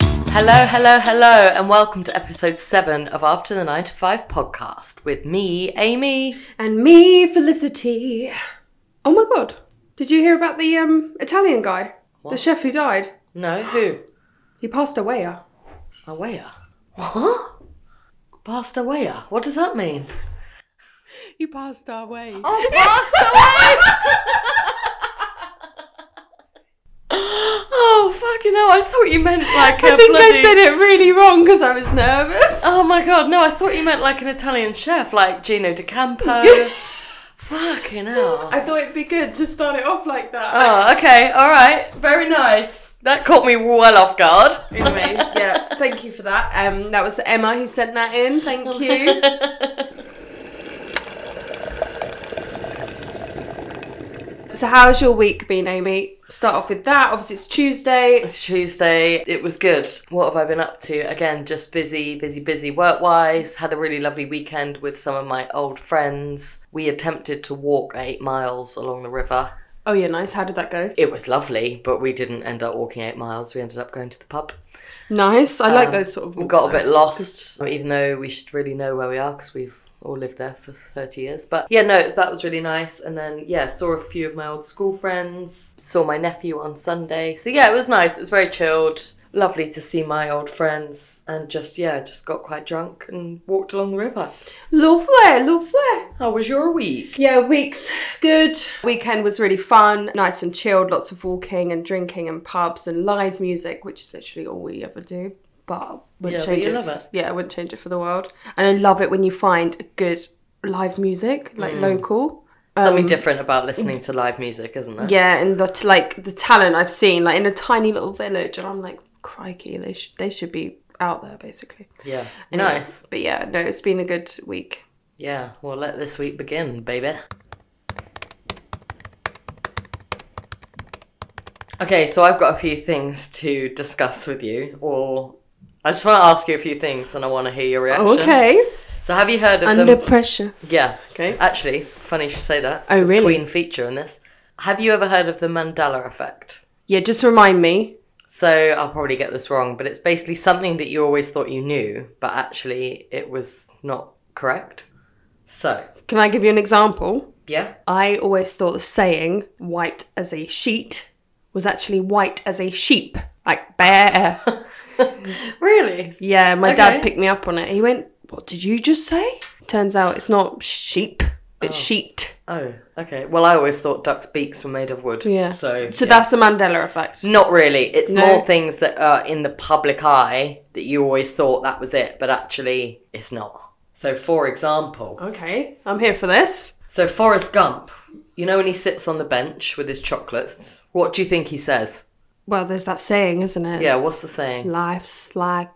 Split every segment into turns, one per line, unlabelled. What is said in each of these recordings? Hello, hello, hello, and welcome to episode seven of After the Nine to Five podcast with me, Amy.
And me, Felicity. Oh my god. Did you hear about the um Italian guy? The chef who died?
No, who?
He passed away. uh.
Awaya. What? Passed away. What does that mean?
He passed away.
Oh, passed away! oh, fucking hell. I thought you meant like a
I think
bloody.
I said it really wrong because I was nervous.
Oh my god, no, I thought you meant like an Italian chef, like Gino De Campo. Fucking hell.
I thought it'd be good to start it off like that.
Oh, okay, alright. Very nice. That caught me well off guard.
Anyway, yeah, thank you for that. Um, that was Emma who sent that in. Thank you. so, how's your week been, Amy? Start off with that. Obviously, it's Tuesday.
It's Tuesday. It was good. What have I been up to? Again, just busy, busy, busy work wise. Had a really lovely weekend with some of my old friends. We attempted to walk eight miles along the river.
Oh, yeah, nice. How did that go?
It was lovely, but we didn't end up walking eight miles. We ended up going to the pub.
Nice. I like those sort of.
We
walks,
got a
though.
bit lost, even though we should really know where we are because we've all lived there for 30 years. But yeah, no, that was really nice. And then, yeah, saw a few of my old school friends, saw my nephew on Sunday. So yeah, it was nice. It was very chilled. Lovely to see my old friends and just, yeah, just got quite drunk and walked along the river.
Lovely, lovely.
How was your week?
Yeah, week's good. Weekend was really fun, nice and chilled, lots of walking and drinking and pubs and live music, which is literally all we ever do. But wouldn't
Yeah, but
change
you
it.
love it.
Yeah, I wouldn't change it for the world. And I love it when you find good live music, like
Mm.
local.
Something different about listening to live music, isn't there?
Yeah, and the t- like the talent I've seen, like in a tiny little village, and I'm like, crikey, they should they should be out there basically.
Yeah. Nice.
But yeah, no, it's been a good week.
Yeah. Well, let this week begin, baby. Okay, so I've got a few things to discuss with you, or I just want to ask you a few things and I want to hear your reaction.
Oh, Okay,
So, have you heard of
under
them?
pressure.
Yeah.
Okay.
Actually, funny you should say that.
Oh,
'cause
really?
Queen feature in this. Have you ever heard of the Mandela effect?
Yeah, just remind me.
So, I'll probably get this wrong, but it's basically something that you always thought you knew, but actually it was not correct. So,
Can I give you an example?
yeah.
I always thought the saying white as a sheet was actually white as a sheep, like bear.
Really?
yeah, my dad
Okay.
picked me up on it. He went, What did you just say? Turns out it's not sheep, it's sheet.
Oh, okay. Well, I always thought ducks' beaks were made of wood.
Yeah.
So, Mm.
So that's the Mandela effect.
not really. It's
No.
more things that are in the public eye that you always thought that was it, but actually, it's not. So, for example,
Okay, I'm here for this.
so Forrest Gump, you know, when he sits on the bench with his chocolates, what do you think he says?
Well, there's that saying, isn't it?
Yeah, what's the saying?
Life's like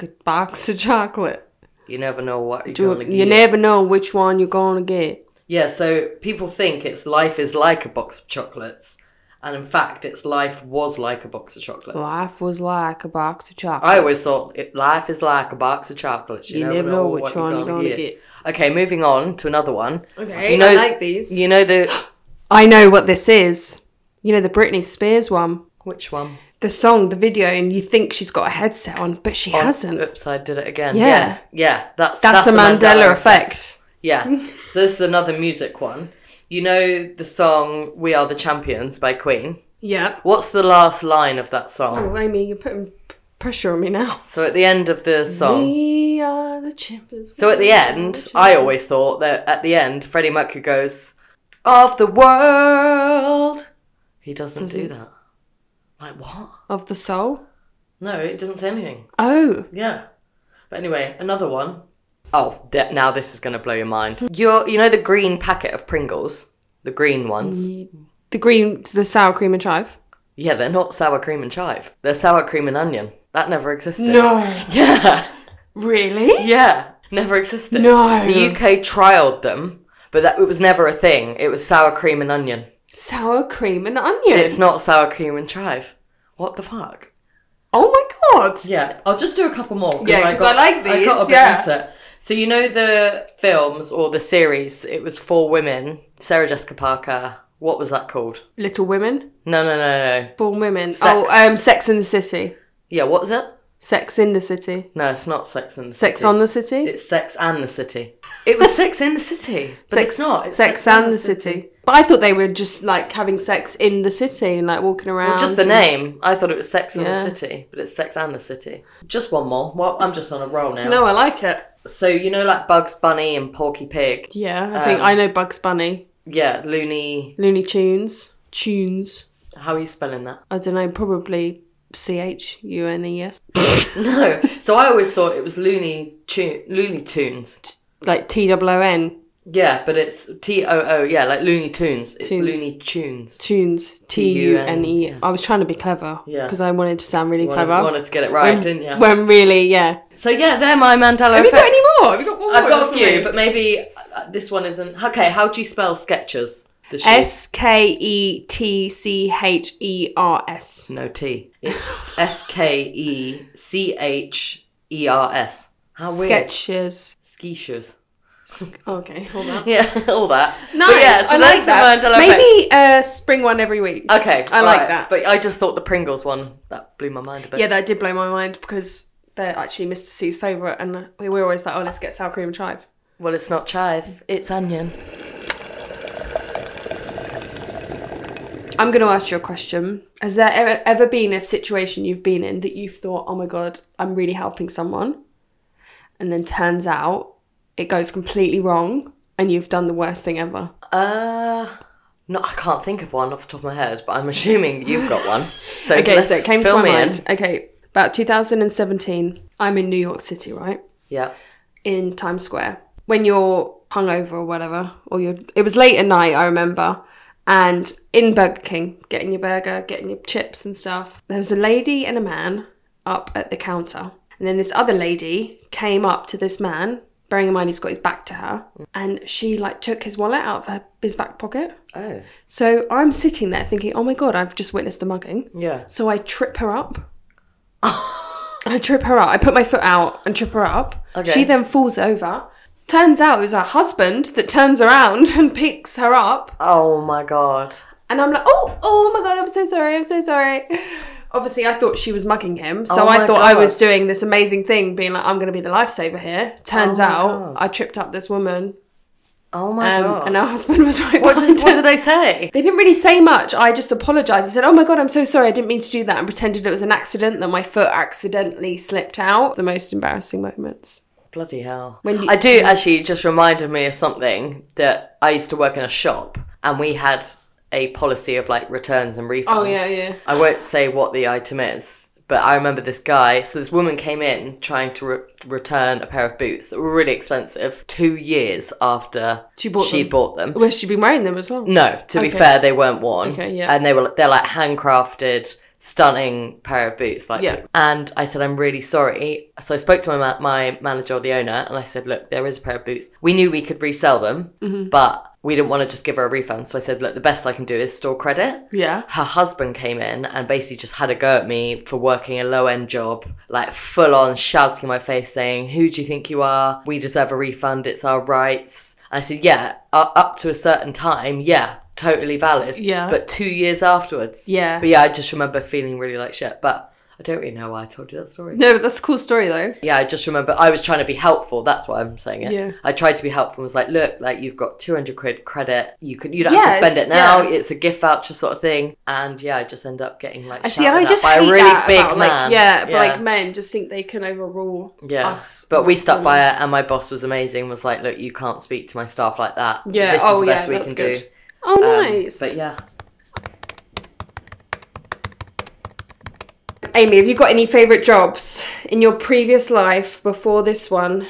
a box of chocolate.
You never know what you're
You,
going to
you never know which one you're going to get.
Yeah, so people think it's life is like a box of chocolates, and in fact, it's life was like a box of chocolates.
Life was like a box of chocolate.
I always thought it, life is like a box of chocolates. You,
You
never, know which one you're
gonna
going to get. Okay, moving on to another one.
Okay,
You know-
I like these.
You know the
I know what this is. You know the Britney Spears one,
which one?
the song, the video, and you think she's got a headset on, but she hasn't.
Oops, I did it again.
Yeah.
yeah, yeah, that's
Oh, uh, That's, a
the
Mandela, effect.
Yeah. so this is another music one. You know the song "We Are the Champions" by Queen.
Yeah.
What's the last line of that song?
Well, Amy, you're putting p- pressure on me now.
So at the end of the song,
We are the champions.
So at the end, I always thought that at the end, Freddie Mercury goes, Of the world. He doesn't do that. Like, what?
of the soul.
No, it doesn't say anything.
Oh,
Yeah. But anyway, another one. Oh, th- now this is going to blow your mind. You're, you know the green packet of Pringles? The green ones?
the green, the sour cream and chive.
Yeah, they're not sour cream and chive. They're sour cream and onion. That never existed.
No,
Yeah.
really?
Yeah, never existed.
No.
The UK trialed them, but that it was never a thing. It was sour cream and onion.
Sour cream and onion.
It's not sour cream and chive. What the fuck?
Oh my god.
Yeah, I'll just do a couple more.
Yeah, 'cause
got-
I like
I
these,
got a bit
yeah.
into it. So you know the films or the series? It was four women. Sarah Jessica Parker. What was that called?
Little Women,
No, no, no, no.
born women.
Sex.
Oh, um, Sex in the City.
Yeah, what was it?
Sex in the City.
No, it's not Sex in the
Sex
City.
on the City.
It's Sex and the City. It was Sex in the City, but
sex,
it's not. It's
sex, and the city. But I thought they were just like having sex in the city and like walking around.
Well, just the
and-
name. I thought it was Sex in the
Yeah.
City, but it's Sex and the City. Just one more. Well, I'm just on a roll now.
No, I like it.
So you know, like Bugs Bunny and Porky Pig.
Yeah, I think
Um,
I know Bugs Bunny,
Yeah, Looney.
Looney Tunes, Tunes.
How are you spelling that?
I don't know, probably C H U N E S,
No. So I always thought it was Looney Tune, Looney Tunes.
like T W O N
Yeah, but it's T O O. Yeah, like Looney Tunes. It's
Tunes.
Looney Tunes.
Tunes, T U N E.
T-U-N-E-S.
I was trying to be clever,
Yeah.
because I wanted to sound really
You wanted,
clever.
wanted to get it right,
when,
didn't you?
When really, yeah.
so yeah, they're my Mandela
Um, Have you got
effects.
any more? Have you got one more?
I've got a
Just
few,
me.
but maybe uh, this one isn't. Okay, how do you spell Skechers? The shoe.
S K E T C H E R S.
No T. It's S K E C H E R S. How weird.
Sketches.
Skechers.
Okay, hold on.
Yeah, all that.
No,
But yeah, so
I
that's
like
the
that.
Mandela effects.
Maybe uh, spring one every week.
Okay,
I like
right.
that.
But I just thought the Pringles one that blew my mind a bit.
yeah, that did blow my mind because they're actually Mr. C's favourite, and we were always like, oh, let's get sour cream and chive.
Well, it's not chive. It's onion.
I'm going to ask you a question. Has there ever, ever been a situation you've been in that you've thought, oh my God, I'm really helping someone? And then turns out it goes completely wrong and you've done the worst thing ever.
Uh, no, I can't think of one off the top of my head, but I'm assuming you've got one. So
Okay,
let's
so it came to
fill
my
me in.
mind. Okay, about 2017, I'm in New York City, right?
Yeah.
in Times Square when you're hungover or whatever, or you're. It was late at night, I remember, and in Burger King, getting your burger, getting your chips and stuff. There was a lady and a man up at the counter, and then this other lady came up to this man. Bearing in mind he's got his back to her, and she like took his wallet out of her, his back pocket.
Oh.
So I'm sitting there thinking, oh my god, I've just witnessed a mugging.
Yeah.
So I trip her up. I trip her up. I put my foot out and trip her up.
Okay.
She then falls over. Turns out it was her husband that turns around and picks her up.
Oh my god.
And I'm like, oh, oh my god, I'm so sorry, I'm so sorry. Obviously, I thought she was mugging him. So
Oh
I
my
thought I
God.
was doing this amazing thing, being like, I'm going to be the lifesaver here. Turns
Oh my
out
God.
I tripped up this woman
Oh my
um,
god.
and her husband was right
what,
behind
did, what
her.
did they say?
They didn't really say much. I just apologized. I said, "Oh my god, I'm so sorry. I didn't mean to do that," and pretended it was an accident that my foot accidentally slipped out. The most embarrassing moments.
Bloody hell.
When you-
I do actually it just reminded me of something that I used to work in a shop and we had a policy of like returns and refunds.
Oh, yeah, yeah.
I won't say what the item is, but I remember this guy. So this woman came in trying to re- return a pair of boots that were really expensive two years after
She bought
she'd
them.
bought them.
Where she'd been wearing them as well.
No, to be
Okay.
fair, they weren't worn.
Okay, yeah.
And they were they're like handcrafted, stunning pair of boots. Like,
Yeah.
and I said, I'm really sorry. So I spoke to my ma- my manager or the owner, and I said, look, there is a pair of boots. We knew we could resell them,
Mm-hmm.
but we didn't want to just give her a refund. So I said, look, the best I can do is store credit.
Yeah.
Her husband came in and basically just had a go at me for working a low end job, like full on shouting in my face, saying, Who do you think you are? We deserve a refund. It's our rights. I said, Yeah, uh, up to a certain time. Yeah, totally valid.
Yeah.
But two years afterwards.
Yeah.
But yeah, I just remember feeling really like shit. But I don't really know why I told you that story.
No, but that's a cool story though.
Yeah, I just remember I was trying to be helpful. That's why I'm saying it.
Yeah.
I tried to be helpful. and Was like, look, like you've got 200 quid credit. You can you don't
Yeah,
have to spend
it's-
it now.
yeah.
It's a gift voucher sort of thing. And yeah, I just end up getting like
I see.
shouted
I
at
just
by
hate
a really
that
big
about,
man.
like yeah, but
yeah.
like men just think they can overrule
Yeah.
us.
but we stuck by it, and my boss was amazing. Was like, look, you can't speak to my staff like that.
Yeah.
this
oh
is the best
yeah,
we
that's
can
good.
do.
Oh
Um,
nice.
But yeah,
Amy, have you got any favourite jobs in your previous life before this one?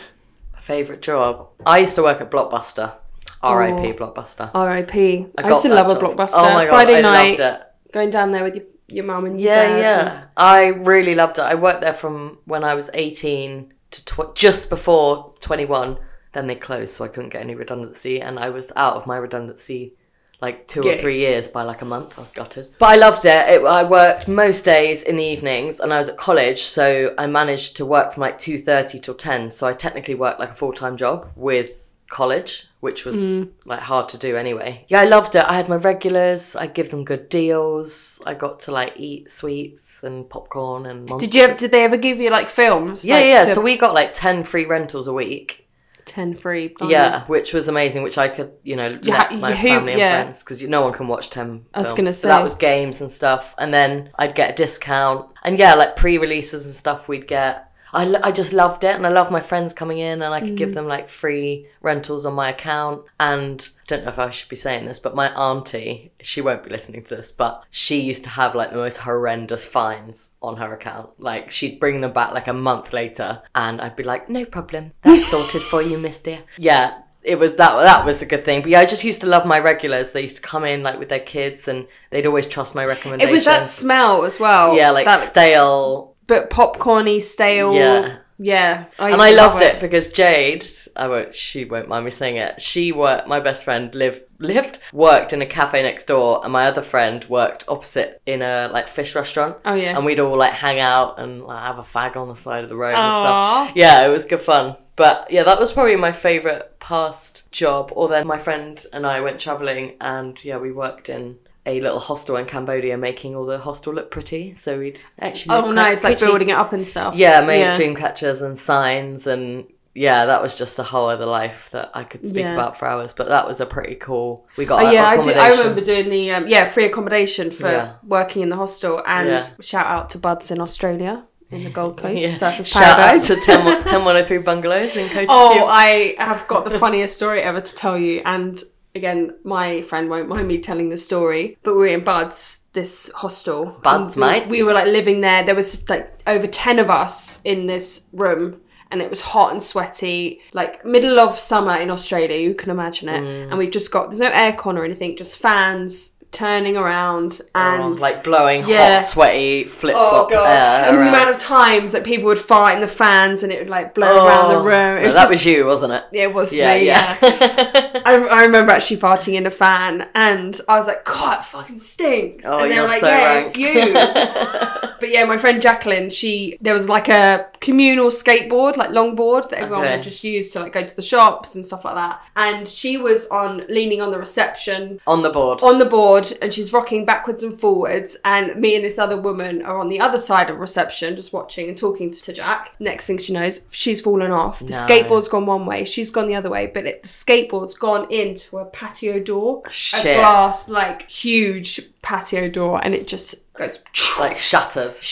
favorite job. I used to work at Blockbuster. R.I.P.
Oh.
Blockbuster.
R.I.P. I,
got
used to
that
love a
job.
blockbuster.
Oh my God,
Friday
I
night,
Loved it.
going down there with your, your mum and your
Yeah,
dad and-
yeah. I really loved it. I worked there from when I was 18 to tw- just before 21. Then they closed, so I couldn't get any redundancy, and I was out of my redundancy like two or
Yeah.
three years by like a month. I was gutted, but I loved it. it. I worked most days in the evenings, and I was at college, so I managed to work from like two thirty till ten. So I technically worked like a full time job with college, which was
Mm.
like hard to do anyway. Yeah, I loved it. I had my regulars. I give them good deals. I got to like eat sweets and popcorn and. Monsters.
Did you? Did they ever give you like films?
Yeah,
Like,
yeah.
to-
So we got like ten free rentals a week.
ten free. blimey.
Yeah, which was amazing. Which I could, you know,
ha-
let my
Oh, you- who-
family and
yeah.
friends because no one can watch ten.
I was
films.
gonna
But that
say.
was games and stuff, and then I'd get a discount, and yeah, like pre-releases and stuff we'd get. I, lo- I just loved it, and I love my friends coming in, and I could
Mm.
give them like free rentals on my account. And I don't know if I should be saying this, but my auntie, she won't be listening to this, but she used to have like the most horrendous fines on her account. Like she'd bring them back like a month later, and I'd be like, no problem, that's sorted for you, Miss Dear. Yeah, it was that that was a good thing. But yeah, I just used to love my regulars. They used to come in like with their kids, and they'd always trust my
It
recommendations.
was that smell as well.
yeah, like
that,
stale
but popcorny stale.
Yeah.
yeah.
and I loved it because Jade, I won't, she won't mind me saying it. She worked, my best friend lived, lived, worked in a cafe next door, and my other friend worked opposite in a like fish restaurant.
Oh, yeah.
and we'd all like hang out and like, have a fag on the side of the road and
Aw.
stuff. Yeah, it was good fun. But yeah, that was probably my favorite past job. Or then my friend and I went traveling, and yeah, we worked in. A little hostel in Cambodia, making all the hostel look pretty. So we'd actually
Oh,
look
nice, like
pretty.
building it up and stuff.
Yeah, made
Yeah.
dream catchers and signs and yeah, that was just a whole other life that I could speak
Yeah.
about for hours. But that was a pretty cool. We got
Oh,
our
yeah, I, do,
accommodation.
I remember doing the um, yeah free accommodation for
Yeah.
working in the hostel, and
Yeah.
shout out to Buds in Australia in the Gold Coast,
Yeah.
Surface
Shout
Paradise.
out to 10, 10103 bungalows in Coachella.
Oh, I have got the funniest story ever to tell you. And again, my friend won't mind me telling the story, but we were in Buds, this hostel.
Buds,
And we-
mate.
We were like living there. There was like over 10 of us in this room. And it was hot and sweaty, like middle of summer in Australia, you can imagine it.
Mm.
And we've just got, there's no aircon or anything, just fans turning around. And
like blowing
Yeah.
hot, sweaty flip
Oh
flop
god!
air.
and the
around.
amount of times that people would fart in the fans, and it would like blow around the
Oh,
room. It
no,
was
that
just-
was you, wasn't it?
it was
Yeah,
me.
yeah.
Yeah. I, I remember actually farting in a fan, and I was like, "God, it fucking stinks."
oh,
and
you're so
"Yeah,
rank.
it's you." but yeah, my friend Jacqueline, she there was like a communal skateboard, like longboard that everyone
Okay.
would just use to like go to the shops and stuff like that. And she was on leaning on the reception,
on the board.
on the board and she's rocking backwards and forwards and me and this other woman are on the other side of reception just watching and talking to jack next thing she knows she's fallen off the
No.
skateboard's gone one way she's gone the other way but it, the skateboard's gone into a patio door
Shit.
a glass like huge patio door and it just goes
like shattered.
shatters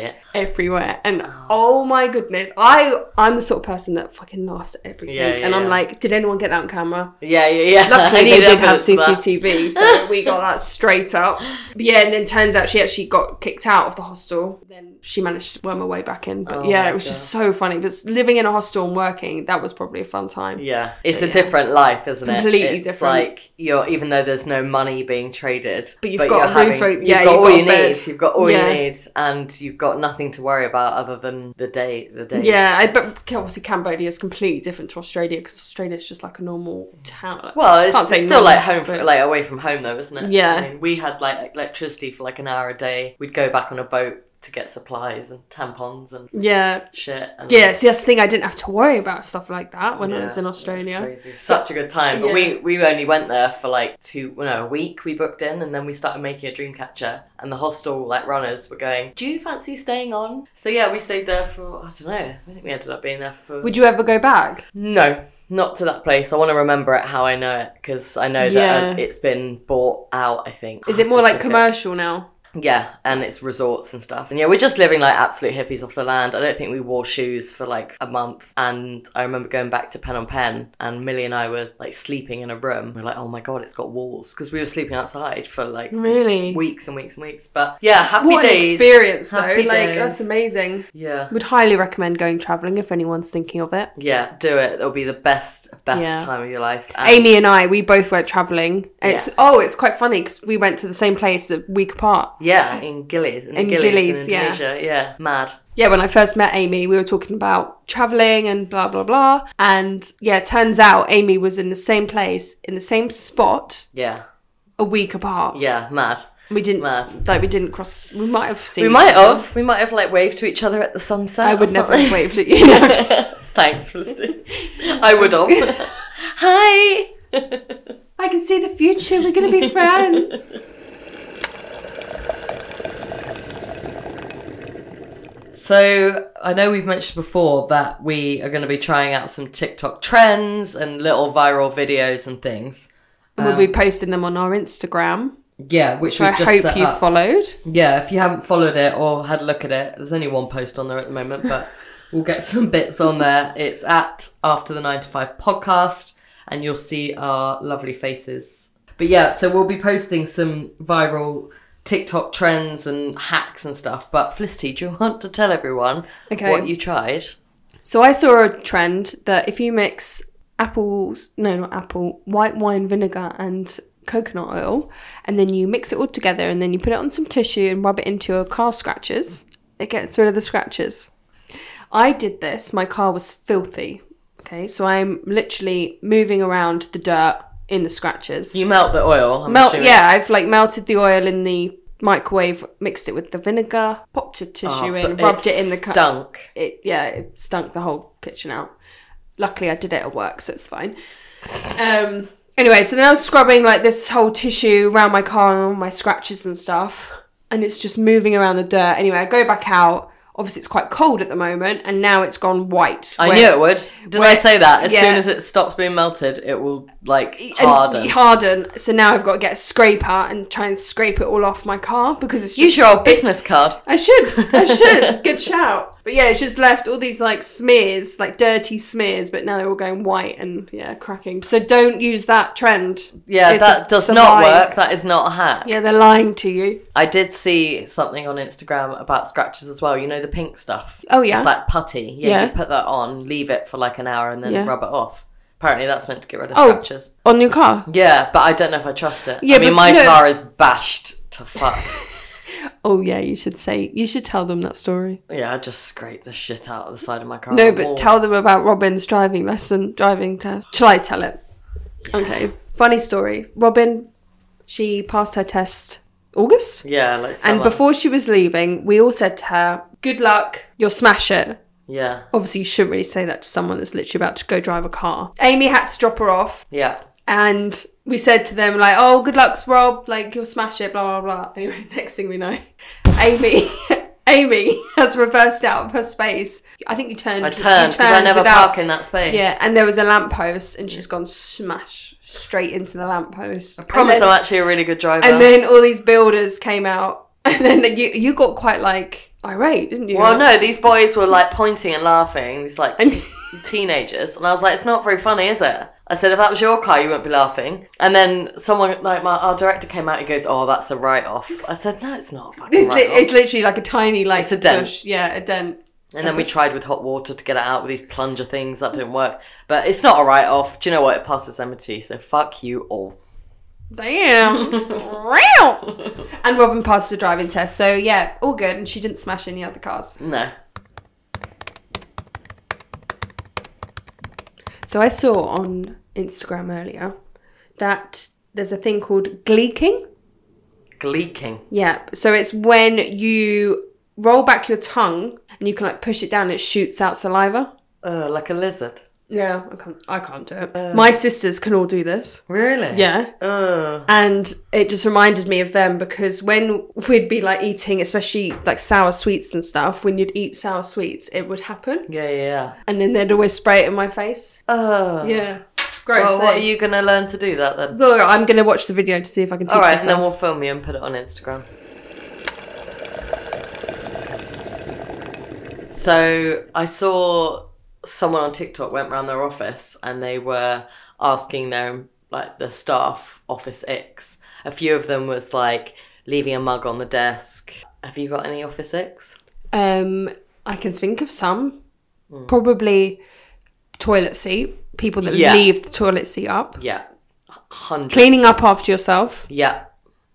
Shit.
everywhere and oh my goodness i i'm the sort of person that fucking laughs at everything
Yeah, yeah,
and i'm
yeah.
like did anyone get that on camera
Yeah, yeah, yeah. I
Luckily,
need
they did have
evidence of that.
CCTV, so we got that straight up. But yeah, and then turns out she actually got kicked out of the hostel. Then she managed to worm her way back in. But
Oh
yeah,
my
it was just so funny. But living in a hostel and working, that was probably a fun time.
Yeah, it's a
yeah.
different life, isn't it?
Completely
it's
different.
like you're even though there's no money being traded,
But you've got
you're
a roof o-
you've
yeah,
got
you've
all
got a
you
bed.
need, you've got all
Yeah.
you need, and you've got nothing to worry about other than the day, the day.
Yeah, I,
It's-
but obviously Cambodia is completely different to Australia because Australia is just like a normal town. Like,
well, it's,
can't say
it's still
normal,
like home, for,
but-
like away from home though, isn't it?
Yeah.
I mean, we had like electricity for like an hour a day. We'd go back on a boat to get supplies and tampons and
yeah,
shit. And
yeah. See, that's the thing. I didn't have to worry about stuff like that when I
Yeah,
was in
it was
Australia.
crazy. Such a good time. But
Yeah.
we, we only went there for like two, no, a week we booked in and then we started making a dream catcher. And the hostel, like runners, were going, Do you fancy staying on? So yeah, we stayed there for, I don't know, I think we ended up being there for.
Would you ever go back?
no, not to that place. I want to remember it how I know it because I know that uh,
Yeah.
it's been bought out, I think.
Is
I have
it more
to
like
check it.
commercial now?
Yeah, and it's resorts and stuff. And yeah, we're just living like absolute hippies off the land. I don't think we wore shoes for like a month. And I remember going back to Pen on Pen, and Millie and I were like sleeping in a room. We're like, oh my god, it's got walls because we were sleeping outside for like
Really?
weeks and weeks and weeks. But yeah, happy
what
days.
an experience though
Happy
like
days.
that's amazing
Yeah.
would highly recommend going traveling if anyone's thinking of it
Yeah, do it. It'll be the best, best
Yeah.
time of your life. And
amy and i we both went traveling and it's
Yeah.
oh it's quite funny because we went to the same place a week apart
Yeah, in Gillies, in, the
In
Gillies,
Gillies,
in
yeah.
Indonesia. Yeah, mad.
yeah when i first met amy we were talking about traveling and blah blah blah and yeah turns out amy was in the same place in the same spot
Yeah,
a week apart
yeah, mad.
we didn't
Mad.
like we didn't cross we might have seen
We
each
might
other.
have. We might have like waved to each other at the sunset.
i
or
would never
something.
have waved at you
Thanks for listening. I would have. Hi.
I can see the future. We're going to be friends.
So I know we've mentioned before that we are going to be trying out some TikTok trends and little viral videos and things.
and
Um,
we'll be posting them on our Instagram.
Yeah, which
I
we've just
hope
set
you
up.
followed.
yeah, if you haven't followed it or had a look at it, there's only one post on there at the moment, but we'll get some bits on there. It's at After the Nine to Five podcast, and you'll see our lovely faces. But yeah, so we'll be posting some viral TikTok trends and hacks and stuff. But Felicity, do you want to tell everyone
Okay.
what you tried?
So I saw a trend that if you mix apples, no, not apple, white wine vinegar and coconut oil, and then you mix it all together and then you put it on some tissue and rub it into your car scratches, it gets rid of the scratches. I did this, my car was filthy. Okay, so I'm literally moving around the dirt in the scratches.
You melt the oil. I'm
Melt,
assuming.
yeah, I've like melted the oil in the microwave, mixed it with the vinegar, popped a tissue
Oh,
in,
but
rubbed Ah, it in the car
stunk.
it yeah it stunk the whole kitchen out luckily i did it at work so it's fine um anyway so then i was scrubbing like this whole tissue around my car and all my scratches and stuff and it's just moving around the dirt anyway i go back out obviously it's quite cold at the moment and now it's gone white
I
where-
knew it would. Did I
where-
say that? As soon
yeah.
as it stops being melted, it will like
and
harden.
harden so now i've got to get a scraper and try and scrape it all off my car because it's just
Use your old business card.
I should. I should. Good shout. But yeah, it's just left all these like smears, like dirty smears, but now they're all going white and yeah, cracking. So don't use that trend.
Yeah,
It's
that
a-
does
it's a
not
lie.
work. That is not a hack.
Yeah, they're lying to you.
I did see something on Instagram about scratches as well. You know the pink stuff.
Oh, yeah.
it's like putty. Yeah,
Yeah.
you put that on, leave it for like an hour, and then
Yeah.
rub it off. Apparently, that's meant to get rid of
Oh.
scratches.
On your car.
Yeah, but I don't know if I trust it.
Yeah,
I mean,
but
my
no-
car is bashed to fuck.
Oh yeah, you should say you should tell them that story.
yeah, I just scraped the shit out of the side of my car.
No,
on the
but
wall.
tell them about Robin's driving lesson, driving test. Shall I tell it? Okay. Funny story. Robin, she passed her test August.
Yeah, like
And
summer.
before she was leaving, we all said to her, Good luck, you'll smash it.
yeah,
obviously you shouldn't really say that to someone that's literally about to go drive a car. Amy had to drop her off
yeah.
and we said to them like, "Oh, good luck, Rob. Like you'll smash it." Blah blah blah. Anyway, next thing we know, Amy, Amy has reversed out of her space. I think you turned.
I turned because I never
without-
park in that space.
Yeah, and there was a lamppost, and she's gone smash straight into the lamppost. I
promise I'm actually a really good driver.
And then all these builders came out, and then you you got quite like irate, didn't you?
well, no, these boys were like pointing and laughing. These like teenagers, and I was like, "It's not very funny, is it?" I said, "If that was your car, you wouldn't be laughing." And then someone, like my our director, came out. He goes, "Oh, that's a write-off." I said, "No, it's not a fucking
It's, li-
write-off."
it's literally like a tiny like
It's a dent.
bush. Yeah, a dent.
And then we tried with hot water to get it out with these plunger things. That didn't work. But it's not a write-off. Do you know what? It passes M&T, so fuck you all.
Damn. Real. And Robin passed the driving test, so yeah, all good. And she didn't smash any other cars.
No.
So I saw on Instagram earlier that there's a thing called gleeking.
Gleeking.
Yeah. So it's when you roll back your tongue and you can like push it down, it shoots out saliva.
Uh, like a lizard.
Yeah, I can't. I can't do it.
Uh.
My sisters can all do this.
Really?
Yeah.
Uh,
and it just reminded me of them because when we'd be like eating especially like sour sweets and stuff when you'd eat sour sweets it would happen
yeah, yeah, yeah.
and then they'd always spray it in my face
Uh,
yeah gross
well, what
eh?
are you going to learn to do that then?
Well, i'm gonna watch the video to see if i can teach
All right, and
myself
then we'll film you and put it on Instagram. So I saw someone on TikTok went round their office and they were asking their like the staff office icks. A few of them was like leaving a mug on the desk. Have you got any office icks?
um i can think of some probably toilet seat people that
Yeah.
leave the toilet seat up
Yeah, hundred.
cleaning up after yourself
Yeah,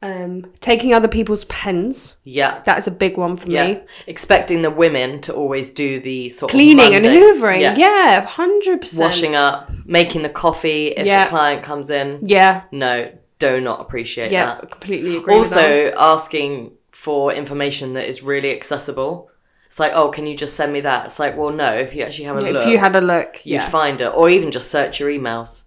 um taking other people's pens
yeah.
that is a big one for me
Yeah. Expecting the women to always do the sort
cleaning
of
and
mundane-
hoovering. Yeah, hundred percent.
washing up, making the coffee if
Yeah.
the client comes in.
Yeah,
No, do not appreciate
yeah,
that.
completely agree. with that.
Also, asking for information that is really accessible. It's like, oh, can you just send me that? It's like, well, no, if you actually have a look,
if you had a look,
you'd
yeah,
find it, or even just search your emails.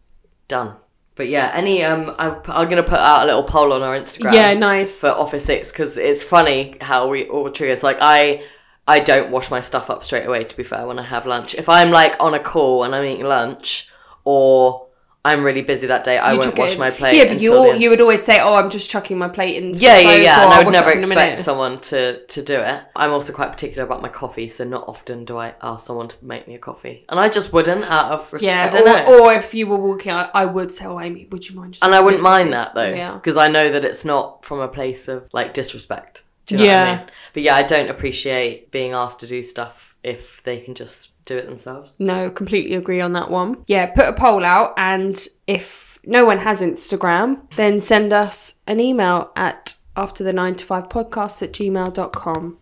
done. But yeah, any um, I, I'm gonna put out a little poll on our Instagram.
Yeah, nice.
for Office Six because it's funny how we all treat us. Like I, I don't wash my stuff up straight away. To be fair, when I have lunch, if I'm like on a call and I'm eating lunch, or I'm really busy that day, I
You
won't
chuck
wash
it-
my plate.
Yeah, but
until
you all,
then.
you would always say, "Oh, I'm just chucking my plate in."
yeah, yeah, yeah. And I
i
would never expect someone to to do it. I'm also quite particular about my coffee, so not often do I ask someone to make me a coffee, and I just wouldn't out of res- I
Yeah,
don't know.
or, or if you were walking, I, I would say, "Oh, Amy, would you mind?" Just
And I wouldn't mind that though,
Yeah.
because I know that it's not from a place of like disrespect. Do you know what
Yeah.
I mean? But yeah, I don't appreciate being asked to do stuff if they can just do it themselves.
No, completely agree on that one. Yeah, put a poll out, and if no one has Instagram, then send us an email at after the nine to five podcast at gmail.com.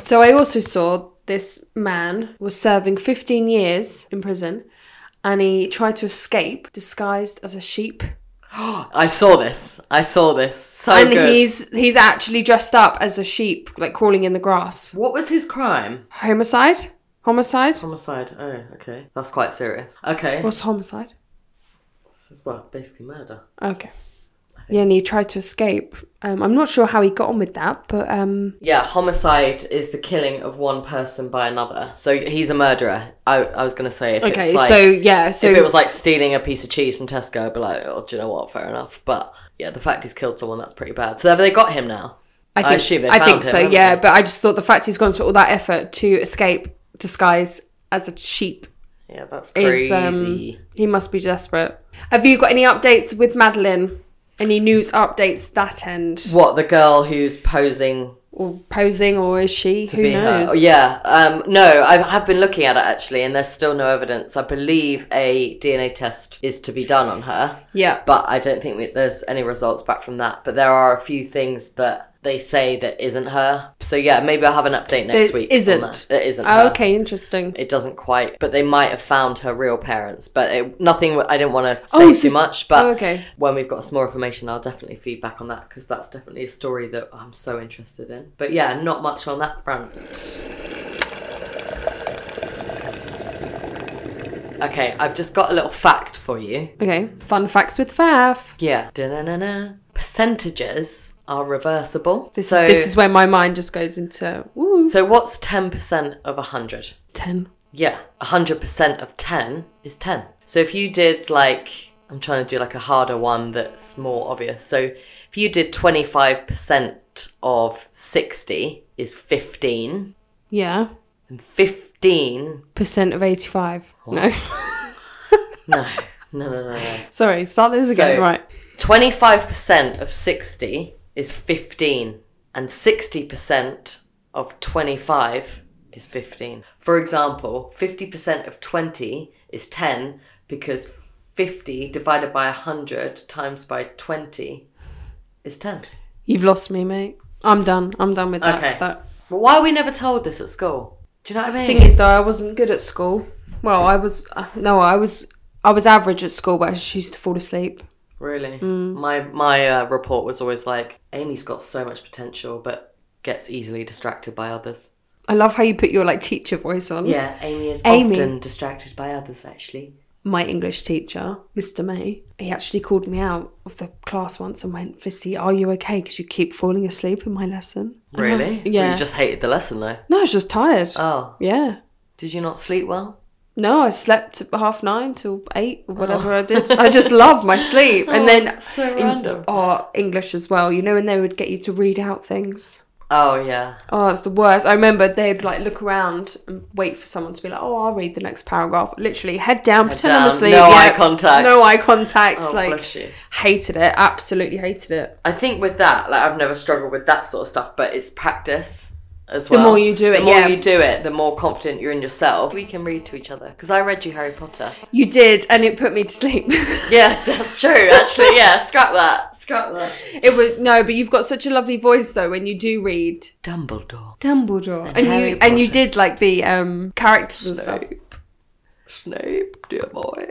So I also saw this man was serving 15 years in prison and he tried to escape disguised as a sheep.
I saw this. I saw this. So
and
Oh, good.
he's he's actually dressed up as a sheep, like crawling in the grass.
What was his crime?
Homicide? Homicide?
Homicide. Oh, okay. That's quite serious. Okay.
What's homicide?
This is, well, basically murder.
Okay. Yeah, and he tried to escape. Um, I'm not sure how he got on with that, but um,
Yeah, homicide is the killing of one person by another. So he's a murderer. I, I was going to say if
okay.
it's like
so yeah, so
if it was like stealing a piece of cheese from Tesco, I'd be like, oh, do you know what? Fair enough. But yeah, the fact he's killed someone, that's pretty bad. So have they got him now?
I think
assume they
I think
found him,
so.
haven't
yeah,
they?
but I just thought the fact he's gone to all that effort to escape disguise as a sheep
Yeah, that's
is
crazy.
um, he must be desperate. Have you got any updates with Madeline? Any news updates that end?
what the girl who's posing
Or posing, or is she? Who
be her-
knows?
oh, yeah. Um, no, I have been looking at it actually, and there's still no evidence. I believe a DNA test is to be done on her.
yeah.
but I don't think that there's any results back from that. But there are a few things that they say that isn't her. So yeah, maybe I'll have an update next
That
week.
isn't.
On that. It isn't.
Oh,
her.
okay, interesting.
It doesn't quite, but they might have found her real parents. But it, nothing. I didn't want to say
Oh, so-
too much. But
oh, okay.
when we've got some more information, I'll definitely feed back on that because that's definitely a story that I'm so interested in. But yeah, not much on that front. Okay, I've just got a little fact for you.
Okay, fun facts with Faf.
Yeah. Da-na-na-na. Percentages are reversible.
This,
so,
this is where my mind just goes into woo,
so what's 10% of 100?
ten.
Yeah, 100% of 10 is 10. So if you did like, I'm trying to do like a harder one that's more obvious. So if you did 25% of 60 is 15,
Yeah.
and 15,
Percent of 85. No.
no, no, no, no, no.
Sorry, start this again.
So-
right.
25% of 60 is 15, and 60% of 25 is 15. For example, 50% of 20 is 10 because 50 divided by 100 times by 20 is 10.
You've lost me, mate. I'm done. I'm done with that.
Okay.
that.
But why are we never told this at school? Do you know what I mean?
Thing is, though, I wasn't good at school. Well, I was. uh, No, I was. I was average at school, but I just used to fall asleep.
Really? My my uh, report was always like Amy's got so much potential but gets easily distracted by others.
I love how you put your like teacher voice on.
Yeah, Amy is
Amy.
often distracted by others, actually.
My English teacher, Mr. May, he actually called me out of the class once and went, "Vissy, are you okay? Because you keep falling asleep in my lesson." And I-
Uh-huh. Really?
yeah.
You just hated the lesson, though.
No, I was just tired.
Oh.
yeah.
Did you not sleep well?
No, I slept at half nine till eight or whatever I did. I just love my sleep. And then
Oh. so random.
oh, English as well. You know when they would get you to read out things.
Oh, yeah.
Oh, that's the worst. I remember they'd like look around and wait for someone to be like, "Oh, I'll read the next paragraph." Literally, head down, pretend I'm
down,
asleep.
no eye contact.
No eye contact.
Oh,
like,
bless you.
hated it. Absolutely hated it.
I think with that, like, I've never struggled with that sort of stuff, but it's practice as well.
more you do it,
the more
yeah.
you do it, the more confident you're in yourself. We can read to each other because I read you Harry Potter.
You did, and it put me to sleep.
Yeah, that's true. Actually, yeah. Scrap that. Scrap that.
it was no, but you've got such a lovely voice though when you do read.
Dumbledore.
Dumbledore. And,
Harry
you and you
Potter.
did like the um characters and stuff.
Snape. Snape, dear boy.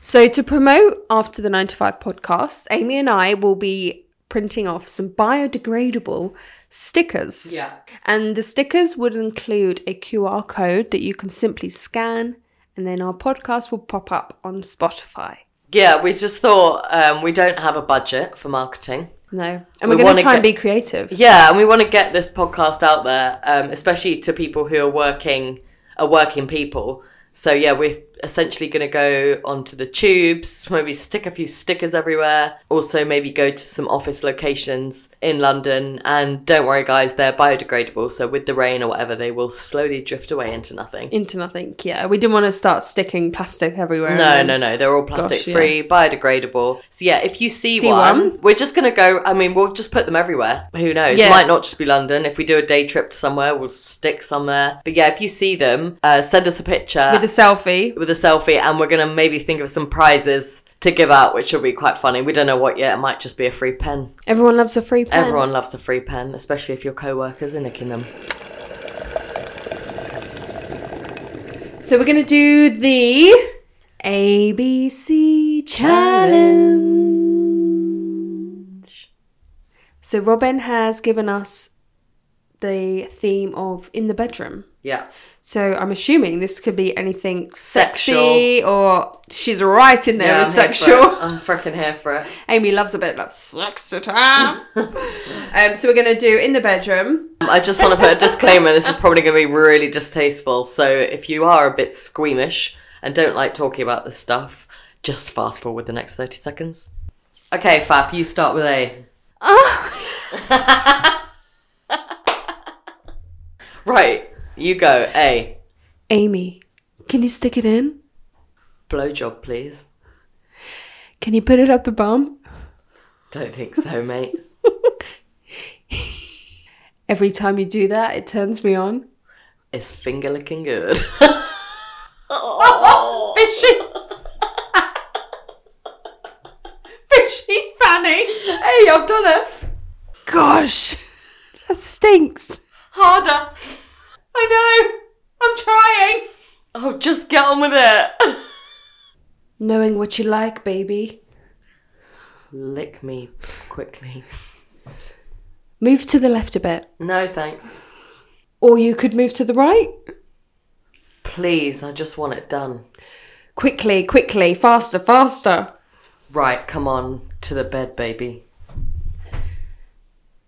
So to promote after the 9 to 5 podcast, Amy and I will be printing off some biodegradable stickers.
Yeah.
And the stickers would include a QR code that you can simply scan, and then our podcast will pop up on Spotify.
Yeah, we just thought um, we don't have a budget for marketing.
No. And we're
We
going
wanna
to try and
get-
be creative.
Yeah, and we want to get this podcast out there, um, especially to people who are working, are working people. So yeah, we're essentially going to go onto the tubes, maybe stick a few stickers everywhere. Also, maybe go to some office locations in London. And don't worry, guys, they're biodegradable. So with the rain or whatever, they will slowly drift away into nothing.
Into nothing. Yeah. We didn't want to start sticking plastic everywhere.
No, no, no. They're all plastic
Um, Gosh, yeah.
free, biodegradable. So yeah, if you see,
See
one,
one?
we're just gonna go. I mean, we'll just put them everywhere. Who knows?
Yeah.
It might not just be London. If we do a day trip to somewhere, we'll stick some there. But yeah, if you see them, uh, send us a picture
With a selfie.
with a selfie, and we're gonna maybe think of some prizes to give out, which will be quite funny. We don't know what yet. It might just be a free pen.
Everyone loves a free pen.
Everyone loves a free pen, especially if your co-workers are nicking them.
So we're going to do the ABC challenge. So Robin has given us the theme of in the bedroom.
Yeah.
So I'm assuming this could be anything sexy
Sexual.
or she's right in there
yeah
with
I'm here for
sexual.
it. I'm freaking here for it.
Amy loves a bit of sexy time. um, so we're going to do in the bedroom.
I just want to put a disclaimer. This is probably going to be really distasteful. So if you are a bit squeamish and don't like talking about this stuff, just fast forward the next 30 seconds. Okay, Faf, you start with A. Right, you go. A.
Amy, can you stick it in?
Blowjob, please.
Can you put it up the bum?
Don't think so, mate.
Every time you do that, it turns me on.
Is finger looking good?
Fishy. Fishy Fanny.
hey, I've done it.
Gosh, that stinks.
Harder.
I know. I'm trying.
Oh, just get on with it.
Knowing what you like, baby.
Lick me quickly.
Move to the left a bit.
No, thanks.
Or you could move to the right.
Please, I just want it done.
Quickly, quickly, faster, faster.
Right, come on to the bed, baby.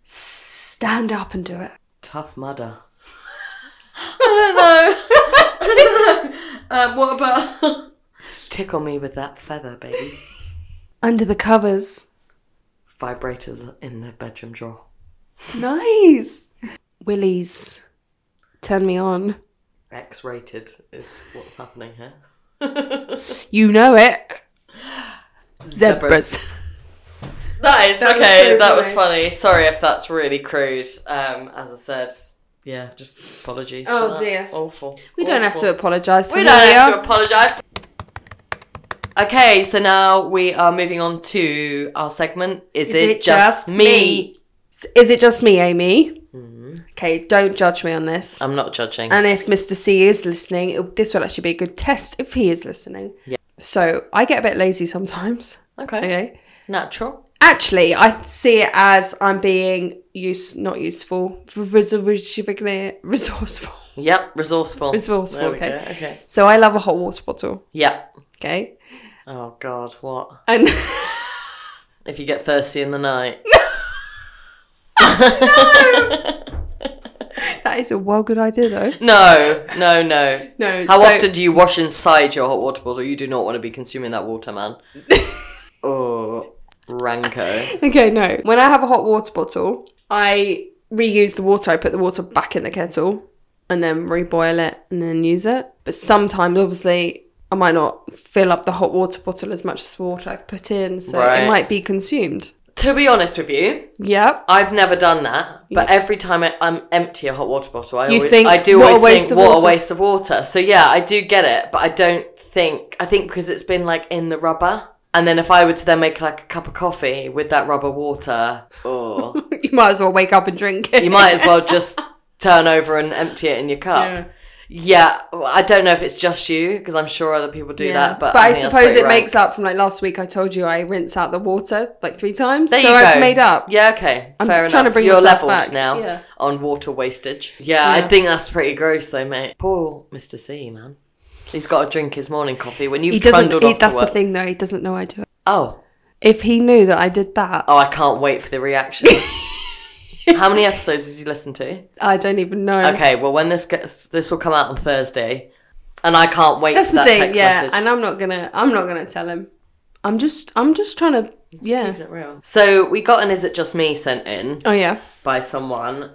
Stand up and do it.
Tough mudder. I don't know.
Uh,
I don't know. Um, what about? Tickle me with that feather, baby.
Under the covers.
Vibrators in the bedroom drawer.
Nice. Willies. Turn me on.
X rated is what's happening here.
You know it.
Zebras. That is
That was
okay.
so
that was funny. Sorry if that's really crude. Um, as I said, yeah, just apologies. for
Oh,
that.
dear.
awful.
We don't have
Awful.
to apologise for
We
who
don't have
are.
to apologise. Okay, so now we are moving on to our segment. Is, it, just, me? Mm-hmm.
Is it just me, Amy? Okay, don't judge me on this.
I'm not judging.
and if Mr. C is listening, it- this will actually be a good test if he is listening. Yeah. So I get a bit lazy sometimes.
okay.
Okay.
Natural.
Actually, I th- see it as I'm being use not useful, res- res- resourceful,
Yep. Resourceful.
resourceful.
There we
Okay.
go, Okay.
So I love a hot water bottle.
Yep.
Okay.
Oh God, what?
And
If you get thirsty in the night.
that is a well good idea though.
No, no, no.
No.
How
so-
often do you wash inside your hot water bottle? You do not want to be consuming that water, man. oh, Ranko.
Okay, no. When I have a hot water bottle, I reuse the water. I put the water back in the kettle and then reboil it and then use it. But sometimes, obviously, I might not fill up the hot water bottle as much as the water I've put in, so
Right.
it might be consumed.
To be honest with you,
Yep.
I've never done that, but every time I, I'm empty a hot water bottle, I
You
always
think,
I do
what a
always
waste
think
of
what
water."
a waste of water. So yeah, I do get it, but I don't think I think because it's been like in the rubber, and then if I were to then make like a cup of coffee with that rubber water, oh,
You might as well wake up and drink it.
you might as well just turn over and empty it in your cup. Yeah. Yeah, well, I don't know if it's just you because I'm sure other people do that, but
I,
think that's
suppose
pretty
it
rank.
makes up from like last week. I told you I rinse out the water like three times,
There
so
you
I've
go.
made up.
Yeah, okay.
I'm
Fair
trying to
enough.
bring
You're
myself
leveled
back.
now
Yeah.
on water wastage. Yeah, I
Yeah.
think that's pretty gross though, mate. Poor Mr. C, man. He's got to drink his morning coffee when you've
He doesn't.
trundled
He,
off
that's
to
the
work.
thing, though. He doesn't know I do it.
Oh,
If he knew that I did that,
oh, I can't wait for the reaction. How many episodes has he listened to?
I don't even know.
Okay, well, when this gets, this will come out on Thursday, and I can't wait
That's
for
the
that
thing,
text
yeah.
message.
And I'm not gonna. I'm not gonna tell him. I'm just. I'm just trying to. yeah.
Keeping it real. So we got an "Is it just me?" sent in
Oh yeah.
by someone.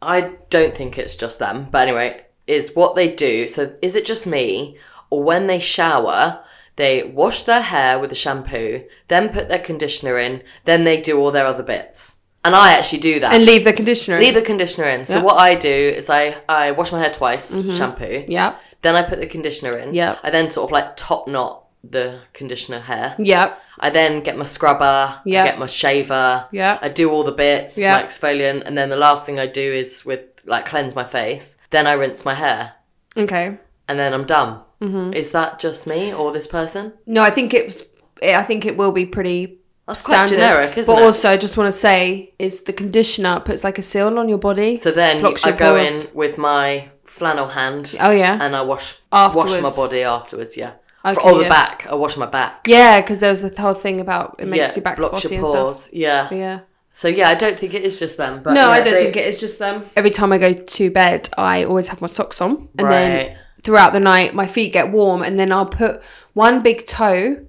I don't think it's just them, but anyway, is what they do. So is it just me, or when they shower, they wash their hair with a shampoo, then put their conditioner in, then they do all their other bits. And I actually do that.
And leave the conditioner. in.
Leave the conditioner in. So what I do is I I wash my hair twice, shampoo.
Yep.
Then I put the conditioner in.
Mm-hmm. Yeah.
I then sort of like top knot the conditioner hair.
Yep.
I then get my scrubber,
Yeah.
I get my shaver,
Yeah.
I do all the bits,
Yeah.
my exfoliant, and then the last thing I do is with like cleanse my face. Then I rinse my hair,
Okay.
and then I'm done. Mm-hmm. Is that just me or this person?
No, I think it's. I think it will be pretty
That's quite
standard.
generic, isn't
but
it?
also, I just want to say, is the conditioner puts like a seal on your body.
so then
blocks
I
your
go
pores.
in with my flannel hand,
Oh yeah.
and I wash
Afterwards.
wash my body afterwards. Yeah,
Okay,
for all
yeah.
the back, I wash my back.
yeah, because there was the whole thing about it makes your back
blocks
spotty
your
and stuff.
pores. Yeah.
Yeah.
So yeah, I don't think it is just them. But
No,
yeah,
I don't
they-
think it is just them. Every time I go to bed, I always have my socks on. And
Right.
then throughout the night, my feet get warm, and then I'll put one big toe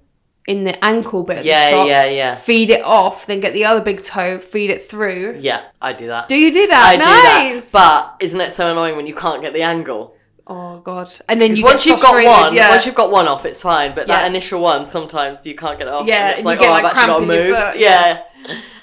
in the ankle bit of
Yeah,
the sock,
yeah, yeah.
feed it off, then get the other big toe, feed it through.
Yeah, I do that.
Do you do
I
that?
do
nice.
that. But isn't it so annoying when you can't get the angle?
oh god. And then you
once
get
you've got
frustrated,
one,
yeah.
once you've got one off, it's fine. But
Yeah.
that initial one, sometimes you can't get it off.
Yeah,
and it's
and you
like,
get,
oh,
like,
I've actually got to
cramp in
move.
your foot,
yeah.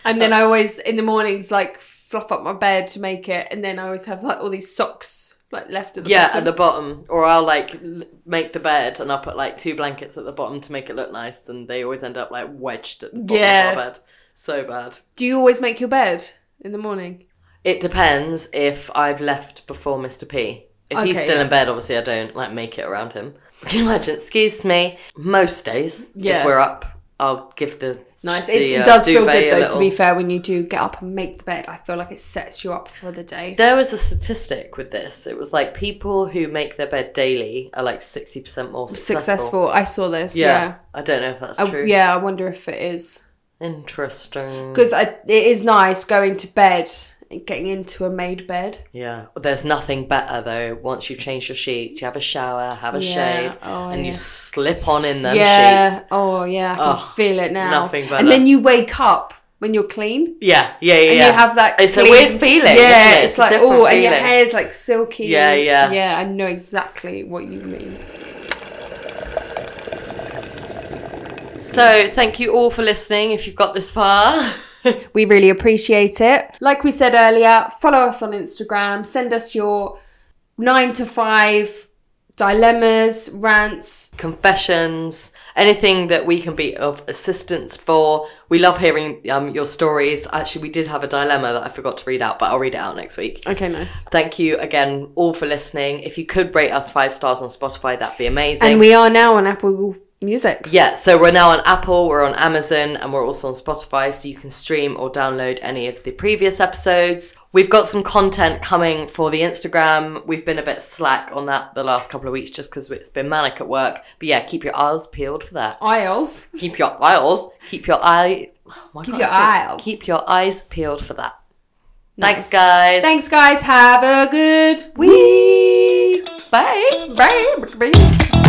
and then I always in the mornings like fluff up my bed to make it, and then I always have like all these socks like left at the
yeah,
bottom.
at the bottom. Or I'll like l- make the bed and I'll put like two blankets at the bottom to make it look nice, and they always end up like wedged at the bottom
Yeah.
of our bed. So bad.
Do you always make your bed in the morning?
It depends if I've left before Mr. P. If he's
Okay,
still
yeah.
in bed, obviously I don't like make it around him. Can you imagine? Excuse me. Most days,
Yeah.
if we're up, I'll give the
Nice.
the,
It, it
uh,
does feel
duvet
good
a
though. To be
little.
fair, when you do get up and make the bed, I feel like it sets you up for the day.
There was a statistic with this. It was like people who make their bed daily are like sixty percent more successful.
Successful. I saw this.
Yeah.
Yeah.
I don't know if that's
I- Yeah. I,
true.
wonder if it is
Interesting.
because it is nice going to bed and getting into a made bed.
Yeah. There's nothing better though. Once you've changed your sheets, you have a shower, have a
Yeah.
shave,
Oh,
and you
yeah.
slip on in them
yeah.
sheets.
Oh yeah. I can
Oh,
feel it now.
nothing better.
And then you wake up when you're clean.
Yeah, yeah, yeah.
And
yeah.
you have that.
It's
clean-
a weird feeling.
Yeah,
isn't it?
it's, like
a
oh,
different
and your
feeling.
hair's like silky.
Yeah, yeah.
yeah. I know exactly what you mean.
So, thank you all for listening. If you've got this far,
We really appreciate it. Like we said earlier, follow us on Instagram, send us your nine to five dilemmas, rants.
confessions, anything that we can be of assistance for. We love hearing um, your stories. Actually, we did have a dilemma that I forgot to read out, but I'll read it out next week.
Okay, nice.
Thank you again all for listening. If you could rate us five stars on Spotify, that'd be amazing.
And we are now on Apple Music.
Yeah, so we're now on Apple, we're on Amazon, and we're also on Spotify, so you can stream or download any of the previous episodes. We've got some content coming for the Instagram. We've been a bit slack on that the last couple of weeks just because it's been manic at work. But yeah, keep your eyes peeled for that.
Isles.
Keep your eyes, keep your eye. oh why can't
your
I
eyes.
speak? Keep your eyes peeled for that.
Nice.
Thanks, guys.
Thanks, guys. Have a good
Week. Bye.
week. Bye.